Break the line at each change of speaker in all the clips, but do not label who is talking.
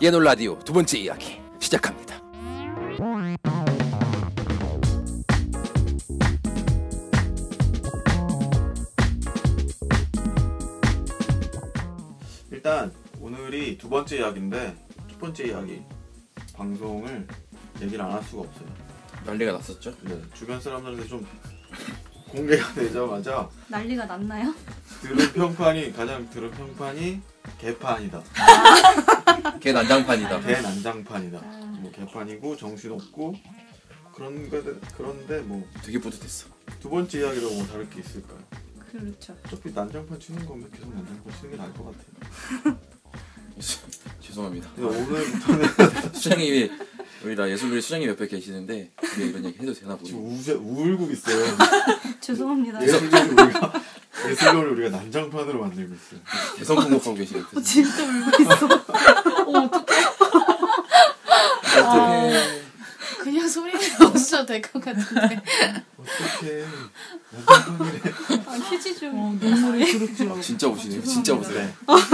예놀 라디오 두 번째 이야기 시작합니다.
일단 오늘이 두 번째 이야기인데 첫 번째 이야기 방송을 얘기를 안 할 수가 없어요.
난리가 났었죠?
네, 주변 사람들한테 좀 공개가 되자마자
난리가 났나요?
들은 평판이 가장 들은 평판이 개판이다.
걔 난장판이다.
대난장판이다. 뭐 개판이고 정신 없고 그런 거 그런데 뭐 두
되게 뿌듯했어.
번째 이야기라고 뭐 다를 게 있을까요?
그렇죠.
어차피 난장판 치는 거면 계속 난장판 치는 게 나을 것 같아요.
죄송합니다.
근데 오늘부터는
수장님이 우리 나 예술부리 수장님 옆에 계시는데 우리 이런 얘기 해도 되나 보니.
어,
지금 우, 울고 있어요.
죄송합니다.
예술적인 우리가 예술적으로 우리가 난장판으로 만들고 있어요.
개성 공격하고 계시거든.
어, 진짜 울고 있어.
어떻게?
그냥 소리를 넣으셔도 될 것 같은데
어떡해.
아,
난장판이래.
아, 휴지 좀. 눈물이 주룩주룩.
아, 진짜 오시네요. 진짜 오세요.
네.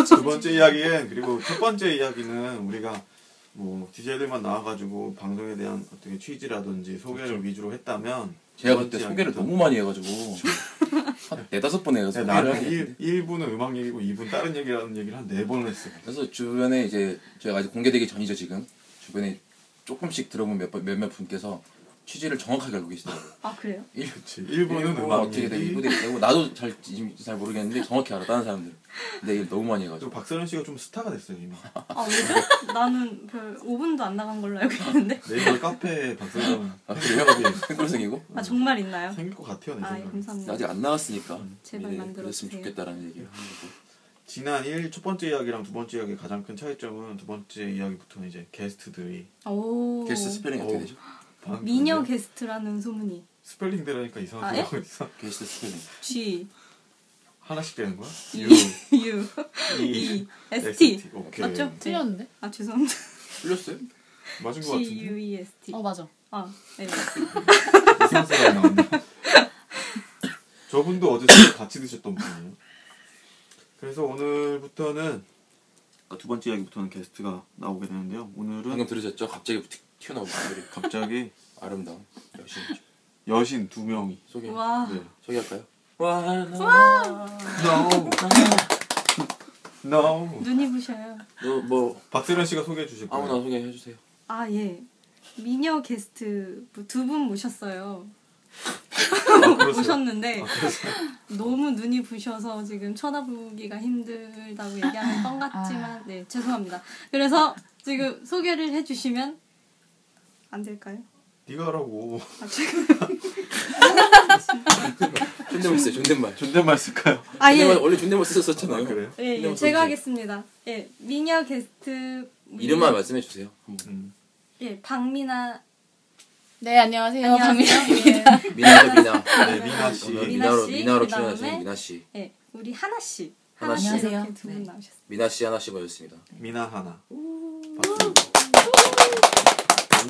두 번째 이야기엔 그리고 첫 번째 이야기는 우리가 뭐 DJ들만 나와가지고 방송에 대한 어떻게 취지라든지 소개를 위주로 했다면
그렇죠. 제가
두
그때
번째
소개를
네.
이야기도-
너무 많이 해가지고 한 네다섯 번 해서
네,
소개를
나는
하게
일
했는데.
1부는 음악 얘기고 2분 다른 얘기라는 얘기를 한 네 번 했어요.
그래서 주변에 이제 저희가 아직 공개되기 전이죠 지금 주변에 조금씩 들어본 몇 번- 몇몇 분께서 취지를 정확하게 알고 계시더라고요.
아 그래요?
일-
1부는
일부는 뭐
음악
네, 어떻게 되고
얘기.
이부대 되고 나도 잘, 지금 잘 모르겠는데 정확히 알아 다른 사람들 근데 얘기 너무 많이
또
해가지고
박선영 씨가 좀 스타가 됐어요 이미.
아 왜죠? 나는 별 5분도 안 나간 걸로 알고 있는데.
네이버 카페에 박선영
아 그래요? 팬클생이고?
아 정말 있나요?
생길 것 같아요 내
아 예,
생각에.
감사합니다.
아직 안 나왔으니까
음, 제발
미리
만들어
그랬으면
주세요. 음.
좋겠다라는 얘기를 하는 거고
지난 1, 첫 번째 이야기랑 두 번째 이야기 가장 큰 차이점은 두 번째 이야기부터는 이제 게스트들이
오.
게스트 스펠링이 어떻게
어.
되죠?
방-
미녀
근데
게스트라는 소문이.
스펠링 되라니까
아,
이상한
예?
소리 하고 있어
게스트 스펠링
G
하나씩 되는 거야?
E
U
U
E
E S T.
오케이
맞죠?
틀렸는데?
아 죄송합니다.
풀렸어요?
맞은 거
G U
같은데
E S T.
어 맞아
아 네.
이상한 소리 나왔네 저분도 어제 술 같이 드셨던 분이에요 그래서 오늘부터는 그러니까 두 번째 이야기부터는 게스트가 나오게 되는데요
방금
오늘은
들으셨죠? 갑자기 튀- 튀어나온 목소리
갑자기
아름다운 여신
여신 두 명이
소개
와.
네.
소개할까요? 와
No No
눈이 부셔요.
너뭐
박세련 씨가 소개해 주실 거예요
아무나 소개해주세요
아 예. 미녀 게스트 두 분 모셨어요.
그러세요?
오셨는데 너무 눈이 부셔서 지금 쳐다보기가 힘들다고 얘기하는 건 같지만 네 죄송합니다. 그래서 지금 소개를 해주시면 안 될까요?
네가 하라고
아, 지금-
존댓말 쓰세요 존댓말
존댓말 쓸까요?
아
존댓말
예.
원래 존댓말 썼었잖아요
아, 그래요?
예, 예, 제가 하겠습니다. 예, 미녀 게스트 우리-
이름만 말씀해주세요
음.
예, 박미나
네
어,
안녕하세요
안녕하세요.
박미영이에요
미나죠 미나
네, 미나 씨.
저는
미나
미나로
씨,
미나로
그다음에
출연하신 미나 씨,
예, 우리 하나 씨,
하나
하나
씨.
씨 이렇게
안녕하세요.
두 분
네.
나오셨어요.
미나 씨 하나 씨 모였습니다.
미나 하나. 박수.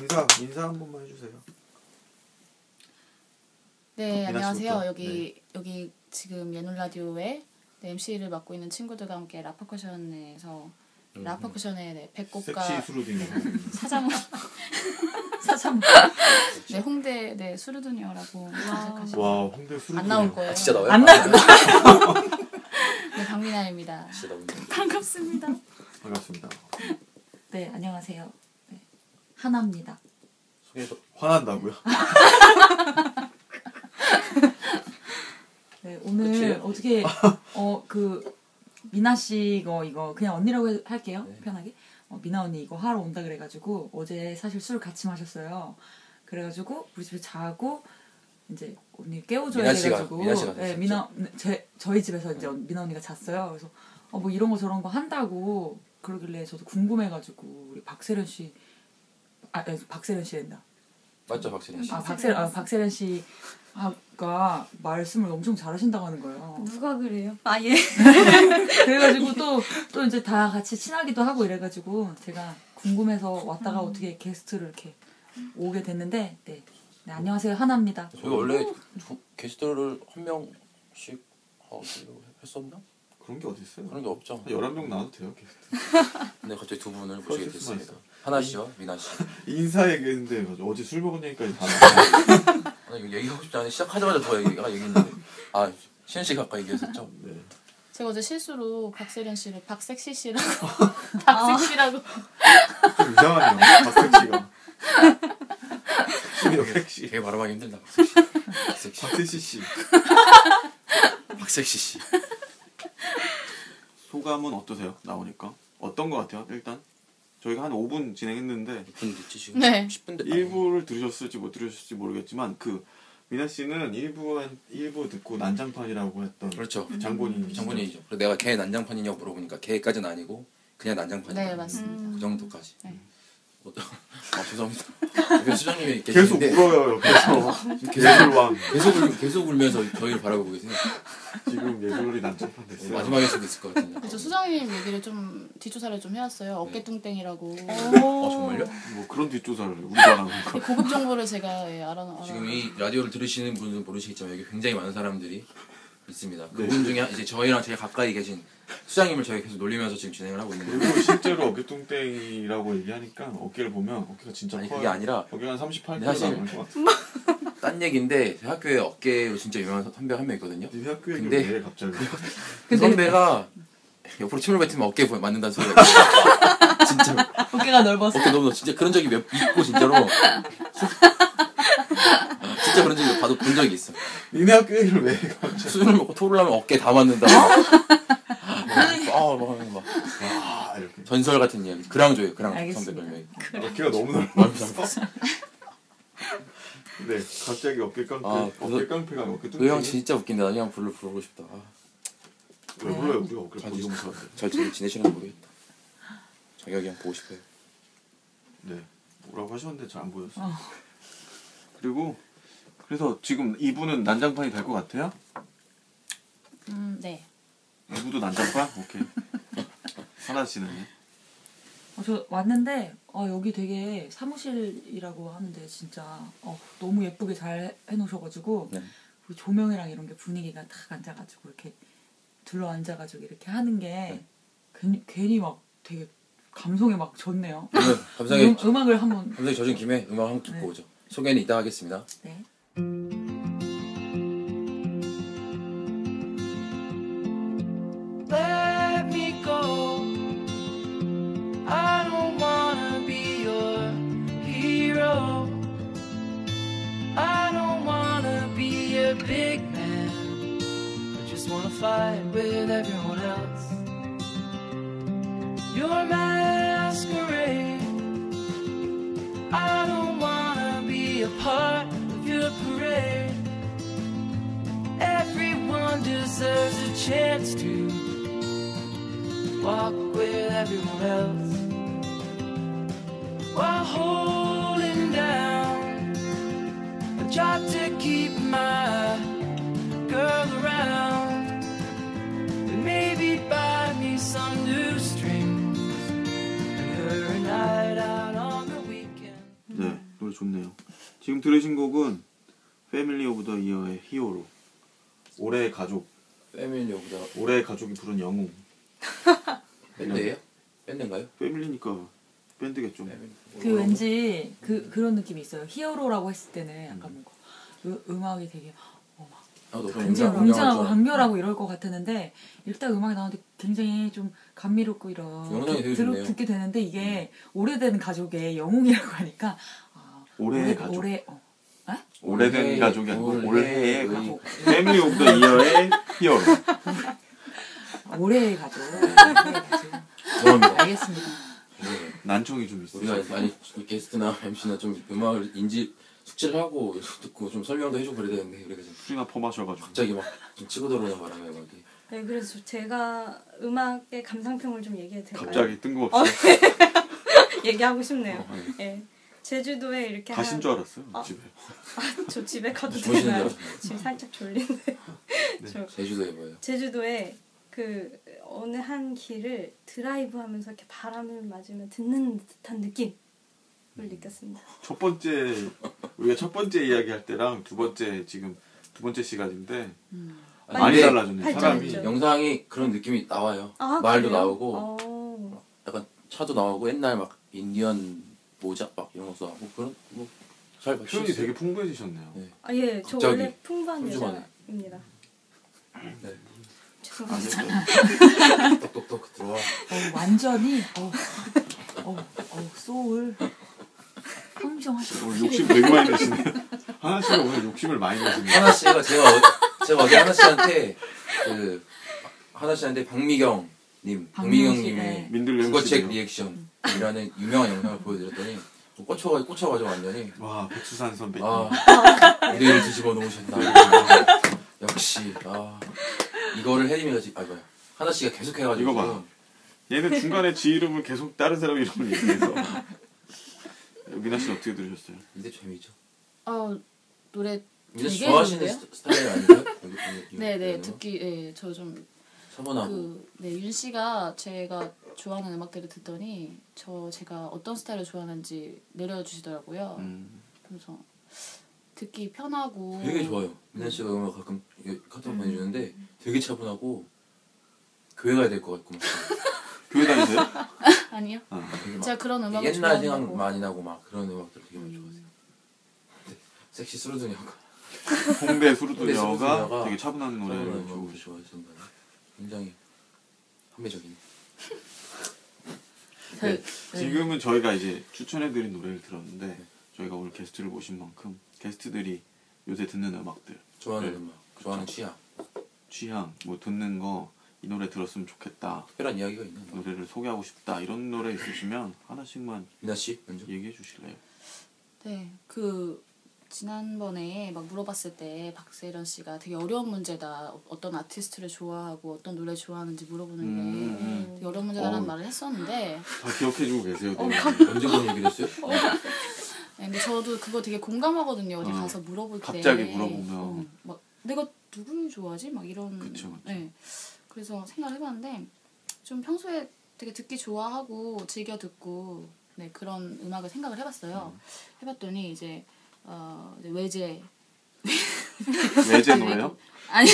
인사 인사 한 번만 해주세요.
네
네,
미나
안녕하세요
씨부터.
여기 여기 지금 예놀 라디오에 네, MC를 맡고 있는 친구들과 함께 라퍼쿠션에서 라퍼쿠션의 네,
섹시
배꼽과
수루딩.
사장 사장 네 홍대 네 수르드니어라고 검색하시면
와 홍대 수루딩.
안 나올
네.
거예요.
아 진짜 나와요?
안
아,
나올 거예요. 네 박미나입니다.
진짜 나오네.
반갑습니다.
반갑습니다.
네, 안녕하세요. 네, 하나입니다.
소개해서
화난다고요?
네, 오늘
그치요?
어떻게 어 그 미나 씨 이거 이거 그냥 언니라고 해- 할게요.
네.
편하게. 어, 미나 언니 이거 하러 온다 그래가지고 어제 사실 술 같이 마셨어요. 그래가지고 우리 집에 자고 이제 언니 깨워줘야
미나 씨가-
돼가지고
미나 씨가
네,
됐었죠? 네.
미나 네, 제 저희 집에서 이제 미나 언니가 잤어요. 그래서 어, 뭐 이런 거 저런 거 한다고 그러길래 저도 궁금해가지고 우리 박세련 씨 아 아니, 박세련 씨 된다.
맞죠 박신혜 씨?
아 박세련 아 박세련 씨가 말씀을 엄청 잘하신다고 하는 거예요.
누가 그래요? 아 예.
그래가지고 또 또 이제 다 같이 친하기도 하고 이래가지고 제가 궁금해서 왔다가 어떻게 게스트를 이렇게 오게 됐는데 네, 네, 안녕하세요 하나입니다.
저희 원래 두- 게스트를 한 명씩 하고 했었나?
그런 게 어딨어요?
그런 게 없죠.
한 11명 나와도 돼요, 게스트.
근데 갑자기 두 분을 모시게
그럴 수만
됐습니다. 하나 씨와 미나 씨.
인사얘기했는데 어제 술 먹은 얘기까지 다 나왔어요.
아, 이거 얘기하고 싶지 않은데 시작하자마자 더 얘기가 얘기했는데. 아 신혜 씨가 아까 얘기했었죠?
네.
제가 어제 실수로 박세련 씨를 박섹시 씨라고 박섹시라고
좀 이상하네요, 박세씨가. 박세씨요, 섹시.
되게 바라보기 힘들다 박섹시 씨.
박세씨 씨.
박섹시 씨.
소감은 어떠세요? 나오니까. 어떤 것 같아요, 일단? 저희가 한 5분 진행했는데
분 늦지 지금?
네.
10분 됐.
일부를 들으셨을지 못 들으셨을지 모르겠지만 그 미나 씨는 일부 한 일부 듣고 난장판이라고 했던
그렇죠.
장본인
장본인이죠. 그리고 내가 걔 난장판이냐고 물어보니까 걔까지는 아니고 그냥 난장판이다.
네 맞습니다.
그 정도까지.
네.
어떤- 아 죄송합니다. 옆에 수장님이
계속
계신데
울어요 옆에서 예술왕
계속 울, 계속 울면서 저희를 바라보고 계세요.
지금 예술이 난장판 됐어요.
마지막일 수도 있을 것 같은데.
저 그렇죠. 수장님 얘기를 좀 뒷조사를 좀 해왔어요.
음.
어깨뚱땡이라고
아 정말요?
뭐 그런 뒷조사를 우리가 하는 거.
고급 정보를 제가 예, 알아 알아.
지금 이 라디오를 들으시는 분은 모르시겠지만 여기 굉장히 많은 사람들이 있습니다.
네.
그분 중에 이제 저희랑 제일 가까이 계신 수장님을 저희가 계속 놀리면서 지금 진행을 하고 있는데
그리고 실제로 어깨뚱땡이라고 얘기하니까 어깨를 보면 어깨가 진짜
아니
커요.
그게 아니라
어깨가 한 38kg
네, 사실-
나오는 것 같아.
딴 얘기인데 저희 학교에 어깨로 진짜 유명한 선배 한 명 있거든요.
니네 학교 얘기
근데-
왜 해, 갑자기?
그 선배가 옆으로 침을 뱉으면 어깨에 보여- 맞는다는 소리가 있어요. 진짜로
어깨가 넓어서
어깨 너무 진짜 그런 적이 몇 있고 진짜로 아, 진짜 그런 적이 봐도 본 적이 있어.
니네 학교 얘기를 왜 해? 갑자기?
수준을 먹고 토를 하면 어깨 다 맞는다. 아막
아 이렇게
전설 같은 이야기. 그랑조예요. 그랑
알겠습니다.
선배 별명이.
어깨가 아, 너무 넓어서. 네 갑자기 어깨 깡패
아, 그래서-
어깨 깡패가 아니고 어깨
노형
뚱땡이.
진짜 웃긴다. 나중에 한번 불러 부르고 싶다. 아,
왜 불러요 우리 어깨
잘,
보기
지내-
무서워.
잘 지내- 지내시나 모르겠다. 자기가 그냥 보고 싶어요.
네. 뭐라고 하셨는데 잘 안 보였어요. 그리고 그래서 지금 이분은 난장판이 될 것 같아요?
음, 네.
이분도 난장판? 오케이. 하나 씨는 네,
어, 저 왔는데 어, 여기 되게 사무실이라고 하는데 진짜 어, 너무 예쁘게 잘 해놓으셔가지고
네.
그리고 조명이랑 이런 게 분위기가 딱 앉아가지고 이렇게 둘러 앉아가지고 이렇게 하는 게
네.
괜히, 괜히 막 되게 감성에 막 젖네요.
오늘 감상에
음, 악을 한번
감상에 젖은 김에 음악 한번 듣고
네.
오죠. 소개는 이따 하겠습니다.
네.
let me go. I don't wanna be your hero. I don't wanna be a big man. I just wanna fight with everyone else. Your masquerade. I don't wanna be a part of your parade. Everyone deserves a chance to walk with everyone else while holding down a job to keep my girl around and maybe buy me some new strings and her a night out on the weekend.
네 노래 좋네요. 지금 들으신 곡은 패밀리 오브 더 이어의 히어로 올해의 가족
패밀리 오브다.
올해의 가족이 부른 영웅
밴드예요? 밴드인가요?
패밀리니까
네.
밴드겠죠.
그 왠지 그 그런 느낌이 있어요. 히어로라고 했을 때는 약간 뭔가 으- 음악이 되게
나도
굉장히 웅장하고 강렬하고 이럴 것 같았는데 일단 음악이 나오는데 굉장히 좀 감미롭고 이런
영상이 되게
들어-
좋네요.
듣게 되는데 이게 오래된 가족의 영웅이라고 하니까 아,
올해의 가족.
올해 어,
오래된 가족이 아니고 올해의
가족.
패밀리 오브 더 이어의 히어로
아, 올해의 가족. 올해의 가족.
죄송합니다.
알겠습니다.
네.
난청이 좀 있어요.
우리가 아니 이 게스트나 MC나 좀 음악을 인지 숙지를 하고 듣고 좀 설명도 해주고 그래야 되는데 우리가 지금
술이나 퍼마셔가지고
갑자기 막좀 치고 들어오는 바람에 막 이렇게
네, 그래서 제가 음악의 감상평을 좀 얘기해도 될까요?
갑자기 뜬금없이
얘기하고 싶네요. 예. 제주도에 이렇게
가신 줄 알았어요
아.
집에.
저 집에 가도
주무시는 줄
되나요?
알았어요.
지금 살짝 졸린데. 저
제주도에 뭐예요?
제주도에 그 어느 한 길을 드라이브하면서 이렇게 바람을 맞으며 듣는 듯한 느낌을
음.
느꼈습니다.
첫 번째 우리가 첫 번째 이야기 할 때랑 두 번째 지금 두 번째 시간인데
아니,
많이
근데
달라졌네
발전했죠.
사람이.
영상이 그런 느낌이 나와요.
아,
말도
그래요?
나오고
어.
약간 차도 나오고 옛날 막 인디언 모자 막 이런 것도 하고 그런 뭐잘
표현이 되게 풍부해지셨네요.
네.
아, 예, 저
갑자기
원래 풍부한
삼주 만에.
여자입니다.
네.
죄송합니다.
똑똑똑 들어와.
어, 완전히 어, 어, 어, 소울 황정하시고
오늘 욕심 되게 많이 내시네. 하나 씨가 오늘 욕심을 많이 내시네.
하나 씨가 제가 어, 제가 어제 하나 씨한테 그 하나 씨한테 박미경 님, 박미경
박미경 씨,
님의
네.
민들
국어 책
영식이요.
리액션이라는 유명한 영상을 보여드렸더니 뭐 꽂혀가 꽂혀가지고 완전히
와 백수산 선배님.
아 무대를 뒤집어 놓으셨다. 역시 아 이거를 혜림이가 지금 아 뭐야 하나 씨가 계속 해가지고
이거 봐. 얘는 중간에 지 이름을 계속 다른 사람 이름을 얘기해서. 미나 씨는 어떻게 들으셨어요?
이게 재미죠.
어 노래
이제
되게
좋아하시는
좋은데요?
스- 스타일 아닌가요? 여기- 여기-
네네
여기는?
듣기 예저좀
차분하고
그, 네, 윤 씨가 제가 좋아하는 음악들을 듣더니 저 제가 어떤 스타일을 좋아하는지 내려주시더라고요.
음.
그래서 듣기 편하고
되게 좋아요. 민아 씨가 음악 가끔 이게 카톡
음.
보내주는데 되게 차분하고 교회 가야 될 것 같고 막
교회 다니세요?
아니요.
되게 막
제가 그런 음악을
옛날 생각
좋아하고
많이 나고 막 그런 음악들 되게 많이 좋아하세요. 근데 섹시 쓰러드니까
홍대
홍대
수루두녀가 네, 뭐 그렇죠.
수루두녀가
되게 차분한 노래를
그런
좋
음악을 좋아하신다. 굉장히 한매적인.
네,
별-
지금은 저희가 이제 추천해드린 노래를 들었는데 저희가 오늘 게스트를 모신 만큼 게스트들이 요새 듣는 음악들
좋아하는
네.
음악, 좋아하는 취향,
취향 뭐 듣는 거 이 노래 들었으면 좋겠다
특별한 이야기가 있는
노래를 소개하고 싶다 이런 노래 있으시면 하나씩만
민아 씨 먼저.
얘기해 주실래요?
네, 그 지난번에 막 물어봤을 때 박세련 씨가 되게 어려운 문제다. 어- 어떤 아티스트를 좋아하고 어떤 노래 좋아하는지 물어보는 게
음.
되게 어려운 문제다라는
어우.
말을 했었는데
다 기억해 주고 계세요. 되게.
언제 그런 얘기를 했어요?
네, 근데 저도 그거 되게 공감하거든요. 어디
어.
가서 물어볼 때
갑자기 물어보면.
어, 막 내가 누구를 좋아하지? 막 이런
그쵸, 그쵸.
네. 그래서 생각을 해봤는데 좀 평소에 되게 듣기 좋아하고 즐겨 듣고 네, 그런 음악을 생각을 해봤어요. 해봤더니 이제 어, 이제 외제
외제 노래요?
아니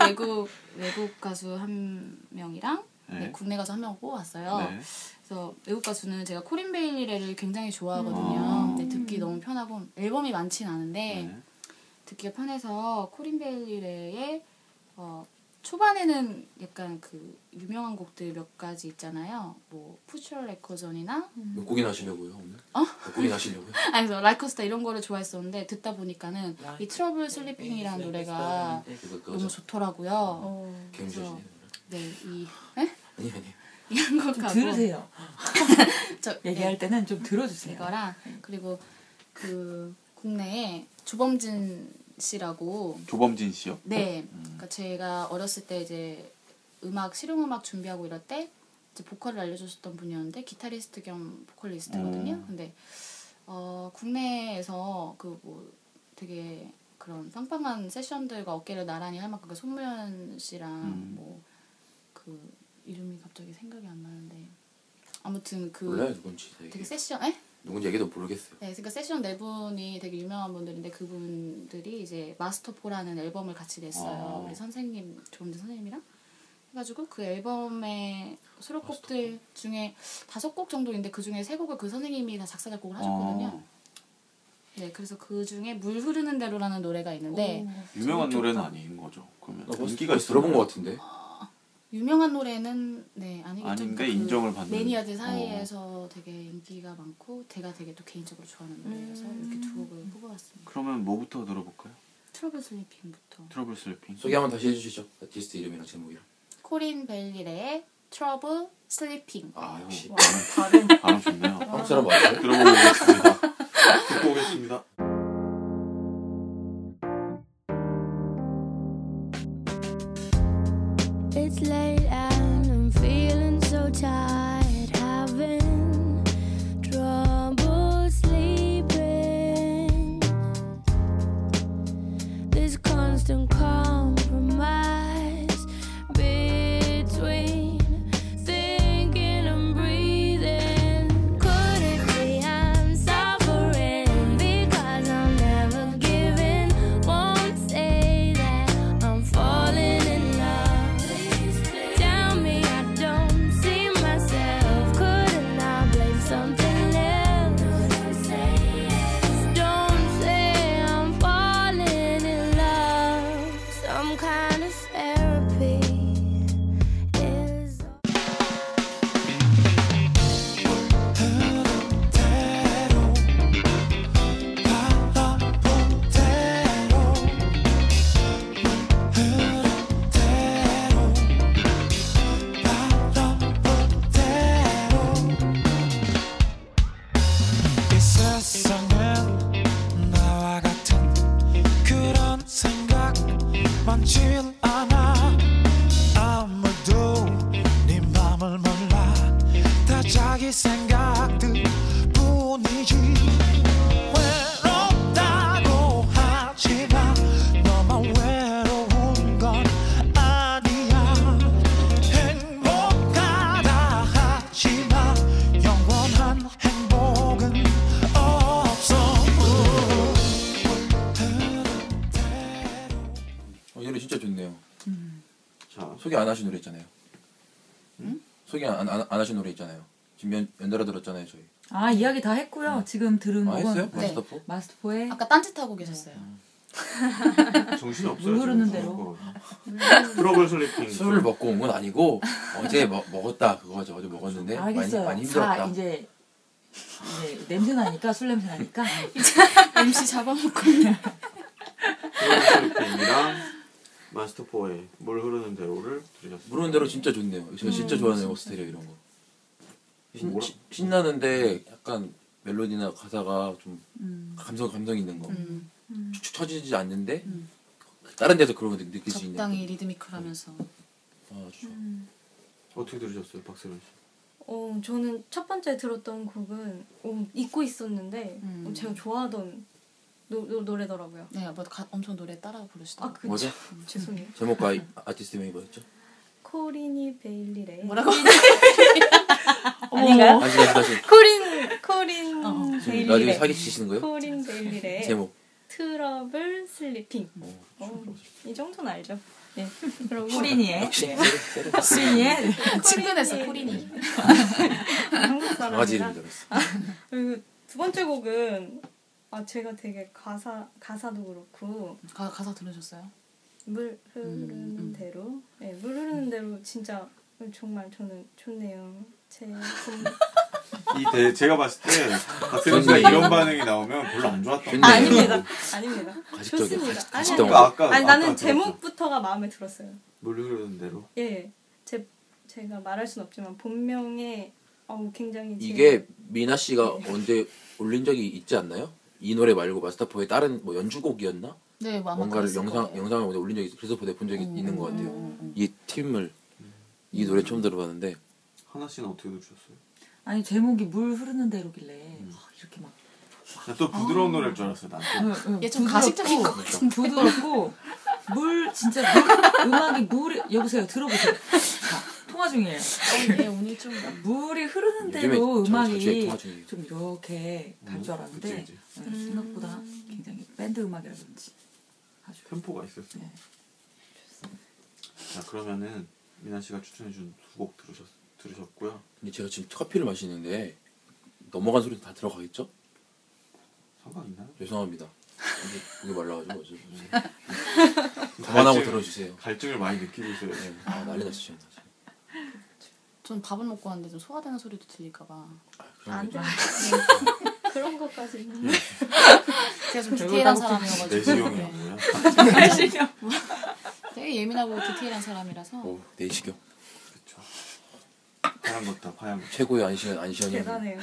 외국 외국 가수 한 명이랑 네,
네.
국내 가수 한 명 뽑았어요.
네.
그래서 외국 가수는 제가 코린 베일리를 굉장히
음.
좋아하거든요. 근데 듣기 너무 편하고 앨범이 많진 않은데
네.
듣기가 편해서 코린 베일리의 어, 초반에는 약간 그 유명한 곡들 몇 가지 있잖아요. 뭐 푸셜 레코전이나
몇 네. 곡이나 하시려고요 오늘? 어? 몇 곡이나 하시려고요?
아니 그래서 라이커스타 이런 거를 좋아했었는데 듣다 보니까는 이 트러블 슬리핑이라는 노래가 아.
네,
너무 좋더라고요.
어.
갱조시네.
네, 이
아니 아니.
좀
한국하고
들으세요.
저, 네,
얘기할 때는 좀 들어주세요.
이거랑 그리고 그 국내에 조범진 씨라고
조범진 씨요.
네.
음.
그러니까 제가 어렸을 때 이제 음악 실용음악 준비하고 이럴 때 이제 보컬을 알려줬었던 분이었는데 기타리스트 겸 보컬리스트거든요.
음.
근데 어, 국내에서 그 뭐 되게 그런 빵빵한 세션들과 어깨를 나란히 할 만큼 그 손무현 씨랑
음.
뭐 그 이름이 갑자기 생각이 안 나는데 아무튼 그
몰라요 누군지 되게
되게 세션 에?
누군지 얘기도 모르겠어요.
네, 그러니까 세션 네 분이 되게 유명한 분들인데 그분들이 이제 마스터포라는 앨범을 같이 냈어요.
아.
우리 선생님 조은재 선생님이랑 해가지고 그 앨범의 수록곡들 중에 다섯 곡 정도인데 그 중에 세 곡을 그 선생님이 다 작사 작곡을 하셨거든요.
어,
네, 그래서 그 중에 물 흐르는 대로라는 노래가 있는데
유명한 노래는 아닌 거죠. 그러면
나 벌써-
인기가
벌써 들어본
있었나요?
것 같은데.
유명한 노래는 네 아니겠죠.
아닌데
그
인정을 받는.
매니아들 사이에서 되게 인기가 많고 제가 되게 또 개인적으로 좋아하는 노래라서
음.
이렇게 두 곡을 뽑아봤습니다.
그러면 뭐부터 들어볼까요?
트러블 슬리핑부터.
트러블 슬리핑.
소개 한번 다시 해주시죠. 아티스트 이름이랑 제목이랑.
코린 벨리레의 트러블 슬리핑.
아 역시
와,
발음.
바로 좋네요.
한국 사람 맞아요?
들어보겠습니다. 듣고 오겠습니다.
It's late and I'm feeling so tired. Having trouble sleeping.
세상엔 나와 같은 그런 생각 많질 않아 아무도 네 맘을 몰라 다 자기 생각들 뿐이지 외롭다고 하지마 너만 외로운 건 아니야 행복하다 하지마 영원한 행복은 없어 흐른 대로
어, 이 노래 진짜 좋네요.
자,
음. 소개 안 하신 노래 있잖아요. 소개 안, 안, 안 하신 노래 있잖아요. 지금 연, 연달아 들었잖아요, 저희.
아 이야기 다 했고요. 지금 들은
아,
곡은
했어요?
네.
마스터포?
마스터포의
아까 딴짓하고 계셨어요.
정신 없어요.
물 흐르는
지금.
대로.
어. 트러블 슬리핑.
술을 먹고 온 건 아니고 어제 먹, 먹었다 그거죠. 어제 먹었는데
알겠어요.
네, 많이 많이
자
힘들었다.
이제 이제 냄새 나니까 술 냄새 나니까
MC 잡아먹고 있네.
트러블 슬리핑이랑 마스터포의 물 흐르는 대로를 들으셨습니다.
물은 대로 진짜 좋네요. 제가 진짜 좋아하는 오스테리아 이런 거. 신,
뭐라-
신- 신나는데 약간 멜로디나 가사가 좀 감성 감성 있는 거.
음,
축축 처지지 않는데 다른 데서 그런 거 느낄 수 있는.
적당히 리드미컬하면서.
아, 좋죠.
음.
어떻게 들으셨어요, 박세련 씨?
어, 저는 첫 번째 들었던 곡은 어, 잊고 있었는데
음.
어, 제가 좋아하던 노, 노, 노래더라고요.
네, 뭐 가, 엄청 노래 따라 부르시더라고요.
아, 그
뭐죠?
죄송해요.
제목과 아- 아티스트 명이 뭐였죠?
코린이 베일리래.
뭐라고?
아닌가요?
다시 다시 다시.
코린 코린
어.
지금 나중에
베일리래.
사기 치시는 거예요?
코린
네.
베일리래.
제목.
트러블 슬리핑.
어,
어, 이 정도는 알죠. 네. 그리고
코린이의 네.
역시 세레- 세레-
코린이의
친근해서 코린이.
한국
강아지
사람이라.
이름 들었어.
그리고 두 번째 곡은 아 제가 되게 가사 가사도 그렇고
가, 가사 들으셨어요?
물 흐르는
음, 음.
대로 네, 물 흐르는 대로 진짜 정말 저는 좋네요. 제 봄.
이 대, 제가 봤을 때 박세련 씨가
좋네요.
이런 반응이 나오면 별로 안 좋았던
좋네요.
아,
네.
아닙니다. 아닙니다.
가식적이야,
좋습니다.
가식-
아니,
가식적이야.
아니,
그러니까 아까
아니
아까
나는
들었죠.
제목부터가 마음에 들었어요.
물 흐르는 대로.
예, 제 제가 말할 순 없지만 본명에 어우 굉장히
네.
제-
이게 미나 씨가 언제 올린 적이 있지 않나요? 이 노래 말고 마스터포의 다른 뭐 연주곡이었나?
네, 뭐 아마
뭔가를
그랬을
영상
거예요.
영상을 어디 올린 적이 있- 그래서 보내 본 적이
음.
있는 것 같아요.
음,
이 팀을 이 노래 처음 들어봤는데
하나 씨는 어떻게 들으셨어요?
아니 제목이 물 흐르는 대로길래 아, 이렇게 막
나또 부드러운
아.
노래일 줄 알았어요. 난 또.
음. 얘좀 가식적인 것
같은데 부드럽고 물 진짜 물, 음악이 물이 여보세요 들어보세요 자, 통화 중이에요
음. 어, 얘 오늘 좀
물이 흐르는
요즘에
대로
저 자취에
음악이
통화 중이에요. 음,
좀 이렇게 갈 줄 알았는데
그치,
네, 생각보다 굉장히 밴드 음악이라 그런지 아주
템포가 있었어요.
네.
자 그러면은 미나 씨가 추천해준 두 곡 들으셨 들으셨고요.
근데 제가 지금 커피를 마시는데 넘어간 소리 다 들어가겠죠?
상관 있나요?
죄송합니다. 근데 그게 말라가지고 어쩔 수 없어요. 그만하고
갈증-
들어주세요.
갈증을 많이 느끼고 있어요.
네, 아, 난리 났어 지금.
전 밥을 먹고 왔는데 좀 소화되는 소리도 들릴까 봐.
안
안
돼. 네. 그런 것까지.
제가 좀 디테일한 사람이어가지고.
내시경이
네.
뭐야?
되게 예민하고 디테일한 사람이라서.
오, 어, 내시경
그렇죠. 파얀 것다 파얀 것.
최고의 안시현 안시현이
대단해요.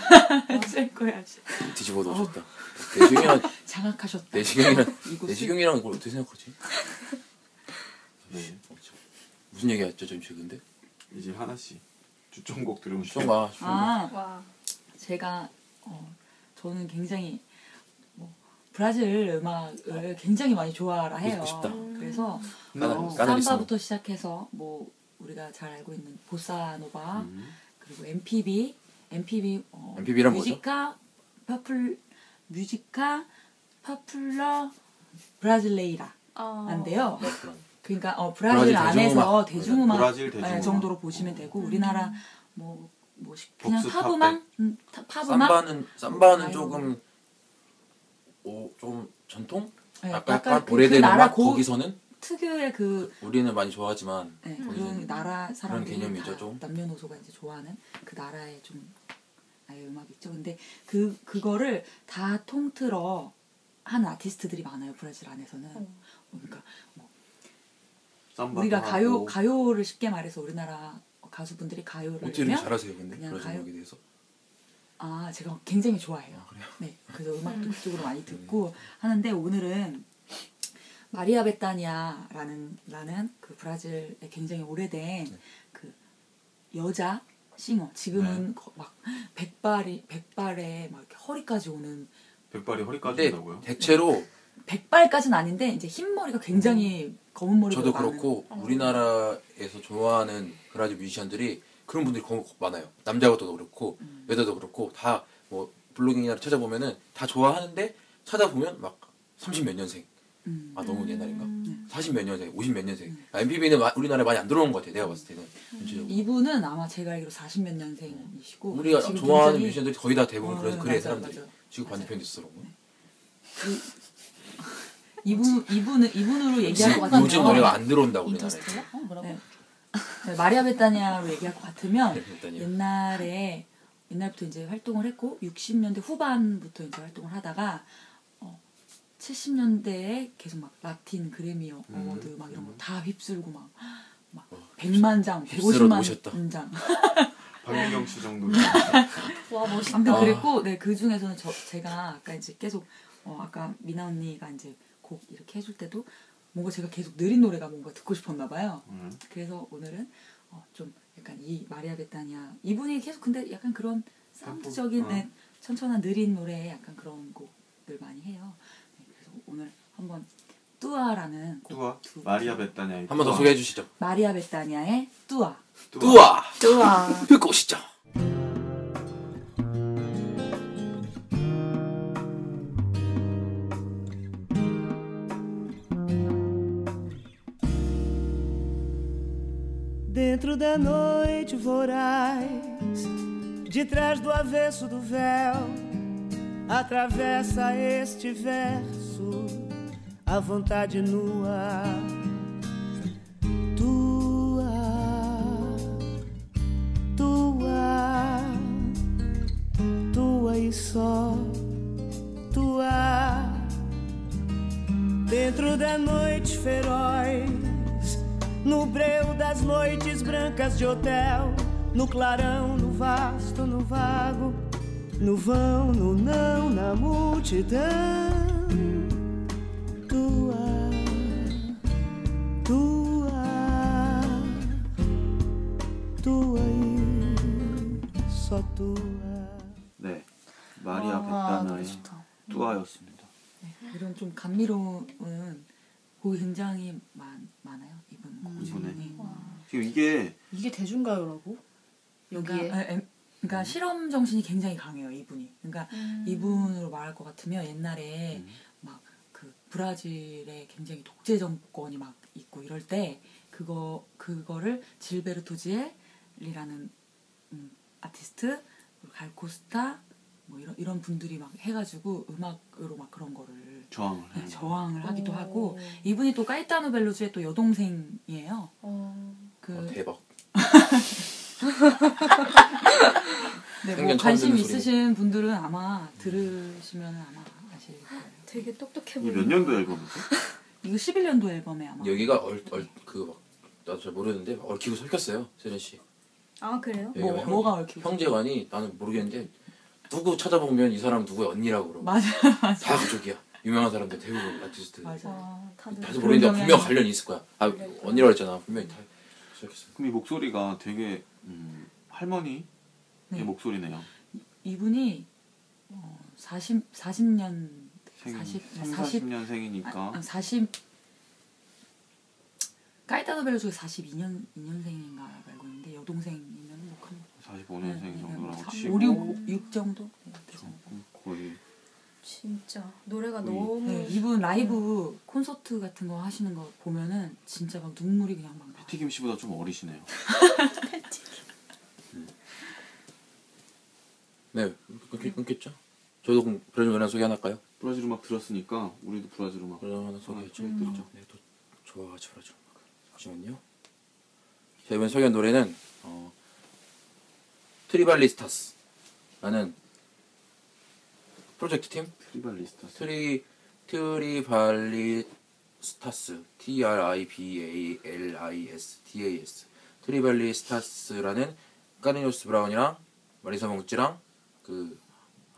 쓸 거야 아주
뒤집어 놓으셨다. 내시경이랑
장악하셨다
내시경이랑
이곳을-
내시경이랑 그걸 어떻게 생각하지? 어,
네.
무슨 얘기했죠 지금 근데?
이제 하나 씨 추천곡 들으시죠.
쇼가
아
와.
제가 어, 저는 굉장히 뭐 브라질 음악을 굉장히 많이 좋아라 해요.
듣고 싶다.
그래서
나는 까나리스.
삼바부터 시작해서 뭐 우리가 잘 알고 있는 보사노바
음.
그리고 MPB, MPB, 어,
MPB 란 뭐죠?
뮤지카 파플 뮤지카 파플러 브라질레이라
어.
안데요. 그러니까 어,
브라질
브라질,
대중음악.
안에서 대중음악
브라질
네,
대중음악.
정도로 보시면 되고 우리나라 뭐, 뭐 시- 그냥
복수 팝백.
팝음악, 음, 타- 팝음악
삼바는 삼바는
아이고.
조금 어, 오좀 전통?
네,
약간,
약간
약간
그-
오래된
그 나라
음악
고-
거기서는
특유의 그
우리는 많이 좋아하지만
네,
거기서는
그런 나라 사람들이
개념이죠,
다
좀.
남녀노소가 이제 좋아하는 그 나라의 좀 아예 음악 있죠. 근데 그 그거를 다 통틀어 한 아티스트들이 많아요 브라질 안에서는.
음.
그러니까 뭐
삼바도
우리가 가요
하고.
가요를 쉽게 말해서 우리나라 가수분들이 가요를
어떻게 이렇게
하면
잘하세요 근데
그냥
그런
가요.
음악에 대해서?
아 제가 굉장히 좋아해요. 네, 그래서 음악도 그쪽으로
네.
많이 듣고 하는데 오늘은 마리아 베타니아라는 라는 그 브라질의 굉장히
네.
오래된 그 여자 싱어
네.
지금은 거- 막 백발이 백발에 막 이렇게 허리까지 오는
백발이 허리까지
근데
온다고요?
대체로
네. 백발까지는 아닌데 이제 흰머리가 굉장히 검은 어. 머리가
음. 저도 그렇고 우리나라에서 좋아하는 브라질 뮤지션들이 그런 분들이 거- 많아요. 남자도 그렇고
음.
여자도 그렇고 다 뭐 블로깅이나 찾아보면은 다 좋아하는데 찾아보면 막 30 몇 년생.
음.
아 너무 옛날인가? 40 몇 년생, 50 몇 년생. MPB는 우리나라에 많이 안 들어온 것 같아요. 내가 봤을 때는. 전체적으로.
음. 이분은 아마 제가 알기로 40몇 년생이시고
우리가
지금
좋아하는
굉장히
뮤지션들이 거의 다 대부분
어,
그런
네,
그래
맞아요,
사람들이.
맞아요.
지금 반대편 있으라고.
이분 이분은 이분으로 네, 얘기할 것 같아요.
요즘 노래가 안 들어온다고 우리나라에.
인터스텔라? 어, 뭐라고?
네. 네, 마리아 베타니아로 얘기할 것 같으면
네, 베타니아.
옛날에 옛날부터 이제 활동을 했고 60년대 후반부터 이제 활동을 하다가 어, 70년대에 계속 막 라틴 그래미 어워드
음,
막 이런 거 다 휩쓸고 막, 막 100만 장,
어, 휩쓸어
150만
놓으셨다.
장
박민경 씨
네.
정도.
와 멋있다.
아무튼 그랬고 네 그 중에서는 저 제가 아까 이제 계속 어 아까 미나 언니가 이제 곡 이렇게 해줄 때도 뭔가 제가 계속 느린 노래가 뭔가 듣고 싶었나 봐요.
음.
그래서 오늘은 어, 좀 약간 이 마리아 베타니아 이분이 계속 근데 약간 그런 사운드적인
어.
네, 천천한 느린 노래에 약간 그런 곡들 많이 해요. 네, 그래서 오늘 한번 뚜아라는 곡
뚜아
두-
마리아 벳다냐.
한 번 더 소개해 주시죠.
마리아 베타니아의 뚜아
뚜아
좋아.
듣고 오시죠.
Dentro da noite voraz, de trás do avesso do véu, atravessa este verso a vontade nua. Tua, tua, tua e só tua. Dentro da noite feroz, no breu das noites brancas de hotel, no clarão, no vasto, no vago, no vão, no não, na multidão. Tua, tua, tua e só tua.
네. 마리아
아,
벳다냐의
노래 좋다.
뚜아였습니다.
이런 좀 감미로운 곡이 굉장히 많, 많아요 이분 음. 곡
이분의?
중에.
지금 이게
이게 대중가요라고? 여기에?
그러니까, 에, 에, 그러니까 실험 정신이 굉장히 강해요 이분이. 그러니까
음.
이분으로 말할 것 같으면 옛날에 막 그 브라질에 굉장히 독재 정권이 막 있고 이럴 때 그거 그거를 질베르토 지엘이라는 음, 아티스트 그리고 갈코스타 뭐 이런 이런 분들이 막 해가지고 음악으로 막 그런 거를
저항을 해.
저항을 하기도 하고 이분이 또 까이타노 벨루치의 또 여동생이에요. 그
어, 대박.
네, 뭐
생전 처음
관심
듣는 소리.
있으신 분들은 아마 들으시면 아마 아실 거예요.
되게 똑똑해 보여.
이몇 년도 앨범이죠?
이거 11년도 앨범에 아마
여기가 얼얼그막 나도 잘 모르는데 막 얽히고 설켰어요 세련 씨.
아 그래요?
뭐,
여기가
뭐가 얽히고
형제간이 나는 모르겠는데 누구 찾아보면 이 사람 누구의 언니라고 그러고
맞아 맞아
다 그쪽이야. 유명한 사람들 대부분 아티스트.
맞아.
아 다들
다들 모르겠는데
그런
분명
경향이- 네.
관련이 있을 거야. 아 언니라고 했잖아. 분명히 다 설켰어.
그럼 이 목소리가 되게 음, 할머니의
네.
목소리네요.
이분이 어, 40 40년
생인
40
3,
40
40년생이니까
아, 아, 40 까이타노 벨루치가 42년 2년생인가 알고 있는데 여동생이면 네, 뭐 큰,
45년생 정도라고 치고
5, 6, 6 정도 네, 그 정도.
거의
진짜 노래가
음.
너무
네, 이분 라이브 콘서트 같은 거 하시는 거 보면은 진짜 막 눈물이 그냥 막 나.
튀김 씨보다 좀 어리시네요.
네 끊기, 끊겼죠? 저도 그럼 브라질 연한 소개 하나 할까요?
브라질 음악 들었으니까 우리도 브라질 음악
브라질 연한 소개했죠.
음. 들었죠.
네, 또 좋아하죠 브라질 음악. 잠시만요. 자 이번 소개한 노래는 어, 트리발리스타스라는 프로젝트 팀
트리발리스타
트리 트리발리스타스 T R I B A L I S T A S 트리발리스타스라는 까르니오스 브라운이랑 마리사 몽찌랑 그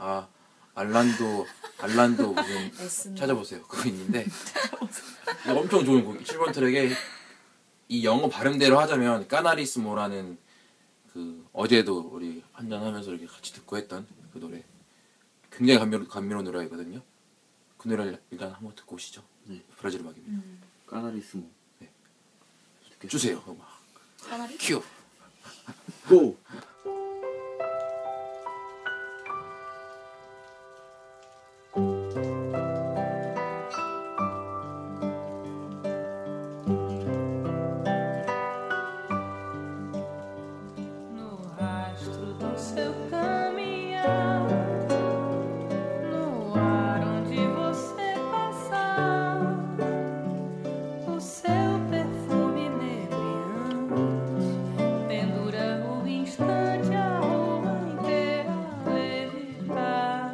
아 알란도 알란도 무슨
에스노.
찾아보세요 그거 있는데 이거 엄청 좋은 곡 7번 트랙에 이 영어 발음대로 하자면 까나리스모라는 그 어제도 우리 한잔하면서 이렇게 같이 듣고 했던 그 노래 굉장히 감미로, 감미로운 노래이거든요 그 노래를 일단 한번 듣고 오시죠
네.
브라질 음악입니다
까나리스모.
네.
듣겠습니다.
주세요 음악
까나리?
큐
고!
no rastro do seu caminhar, no ar onde você passar, o seu perfume nebliante pendura o instante a alma inteira a levitar,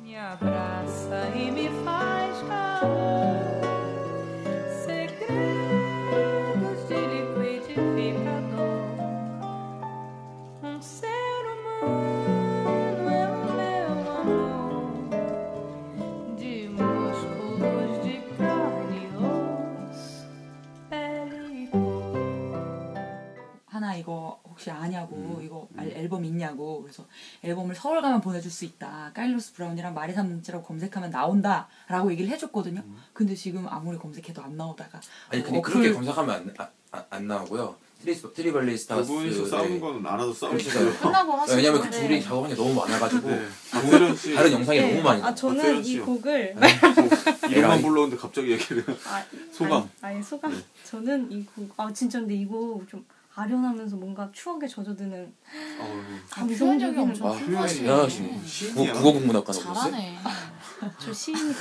me abraça e me faz calor, segredos de liquidificador. Um ser humano é o meu amor De músculos, de carne e osso, pele e cor
하나 이거 혹시 아냐고
음,
이거 알- 앨범 있냐고 그래서 앨범을 서울 가면 보내줄 수 있다 카일로스 브라운이랑 마리사 뭉치라고 검색하면 나온다라고 얘기를 해줬거든요 근데 지금 아무리 검색해도 안 나오다가
음. 아니 근데
어플-
그렇게 검색하면 안, 아- 아- 안 나오고요 트리스 트리발리 스타스 네.
그분이서 싸우는 거는 알아서 싸우시고요.
그러니까요.
네, 끝나고 하시고
왜냐면 그
네.
둘이 작업한 게 너무 많아가지고
네. 박세련 씨
다른 영상이
네.
너무 많이
아
나와요.
저는
박세현
이
씨요.
곡을
이름만
에라이.
불렀는데 갑자기 얘기를
아,
소감.
아니, 아니 소감. 저는 이 곡 아 진짜 근데 이 곡 좀 아련하면서 뭔가 추억에 젖어드는
어,
표현력이
감성적인
엄청
아,
풍부하시네. 어,
대단하시네.
신기해요.
국어국문학과나보셨어요
잘하네.
저 시인이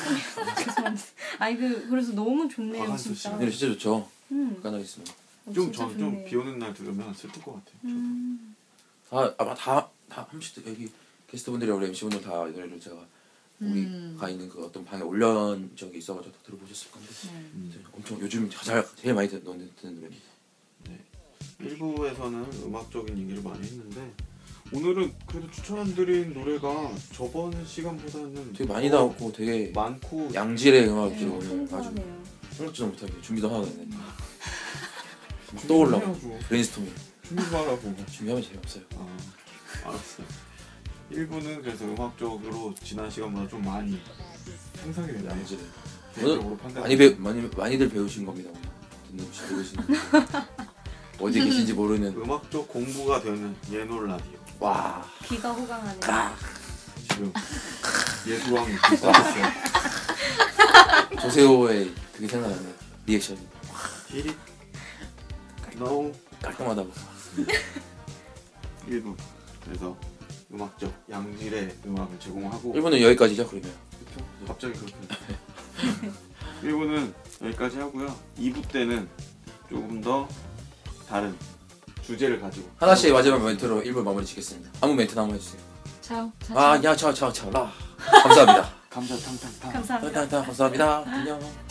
죄송합니다. 아니 그 그래서 너무 좋네요
박한수
진짜.
씨.
네, 진짜 좋죠.
음,
까나리 있습니다.
어,
좀
진짜
저 좀
좋네요.
비오는 날 들으면 슬플 것 같아요. 저도.
음,
다 아마 다다 한식 여기 게스트분들이 우리 MC분들 다 이 노래를 제가
음.
우리가 있는 그 어떤 방에 올려온 적이 있어가지고 다 들어보셨을 건데
음.
네.
음.
엄청 요즘 가장 제일 많이 듣- 듣는 노래입니다.
일부에서는 음악적인 얘기를 많이 했는데 오늘은 그래도 추천드린 노래가 저번 시간보다는
되게 많이
어,
나왔고 되게
많고
양질의
네,
음악들이 오늘 아주
풍부하네요.
생각지도 못하게 준비도 하나 됐네. 막 떠올라
준비해야죠.
브레인스토밍
준비도 하라고
준비하면 재미없어요.
아, 알았어요 1부는 그래서 음악적으로 지난 시간보다 좀 많이 향상이 됐네요 네.
양질의
개인적으로 판단
많이 배 많이 많이들 배우신 겁니다. 오늘. 듣는 분들 배우시는 분들. 어디 계신지 모르는
음악적 공부가 되는 예놀 라디오
와
귀가 호강하네요.
지금 예술왕이 있어요
조세호의 그게 생각나네 리액션
디릿 노
깔끔하다고
1부 그래서 음악적 양질의 음악을 제공하고
일본은 여기까지죠 그러면
그쵸? 갑자기 그렇게 됐어요. 1부는 여기까지 하고요 2부 때는 조금 더 다른 주제를 가지고
하나씩 마지막 멘트로 1부 마무리 짓겠습니다 아무 멘트나 한번 해주세요
차오. 자,
아, 아야차차차라 감사합니다 아,
감자 탕탕탕
감사합니다.
감사합니다 감사합니다 안녕